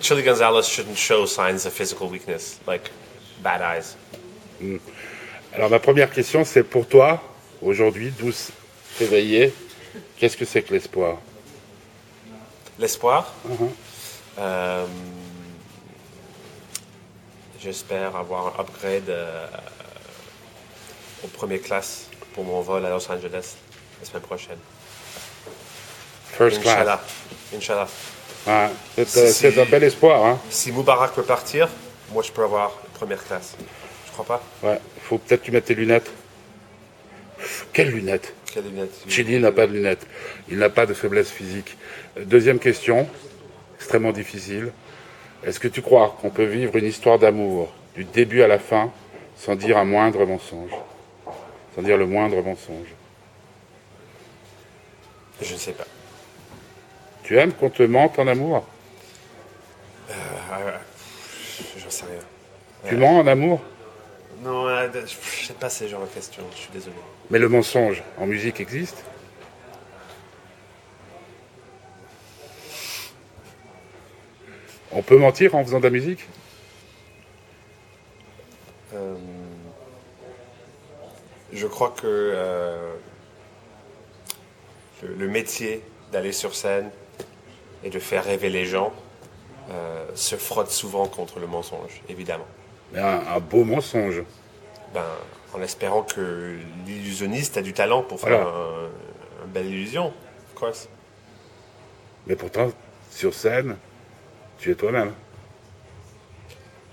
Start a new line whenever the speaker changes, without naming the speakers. Chili Gonzalez shouldn't show signs of physical weakness, like bad eyes.
Alors ma première question, c'est pour toi, aujourd'hui, 12 février, qu'est-ce que c'est que l'espoir
L'espoir. Euh, J'espère avoir un upgrade euh, aux premières classes pour mon vol à Los Angeles la semaine prochaine.
First class.
Inch'Allah. Inch'Allah.
Ouais, c'est, euh, c'est un bel espoir. Hein.
Si Moubarak peut partir, moi je peux avoir première classe. Je crois pas.
Ouais, faut peut-être que tu mettes tes lunettes. Quelles lunettes
Quelle lunettes
Chili n'a pas de lunettes. Il n'a pas de faiblesse physique. Deuxième question, extrêmement difficile. Est-ce que tu crois qu'on peut vivre une histoire d'amour du début à la fin sans dire un moindre mensonge Sans dire le moindre mensonge.
Je ne sais pas.
Tu aimes qu'on te mente en amour
Euh, J'en sais rien.
Tu mens en amour
Non, euh, je sais pas ces genres de questions. Je suis désolé.
Mais le mensonge en musique existe On peut mentir en faisant de la musique
Euh, je crois que euh, le, le métier d'aller sur scène et de faire rêver les gens euh, se frotte souvent contre le mensonge, évidemment.
Mais un, un beau mensonge.
Ben, en espérant que l'illusionniste a du talent pour faire
Voilà.
un- une belle illusion, of course.
Mais pourtant, sur scène, tu es toi-même.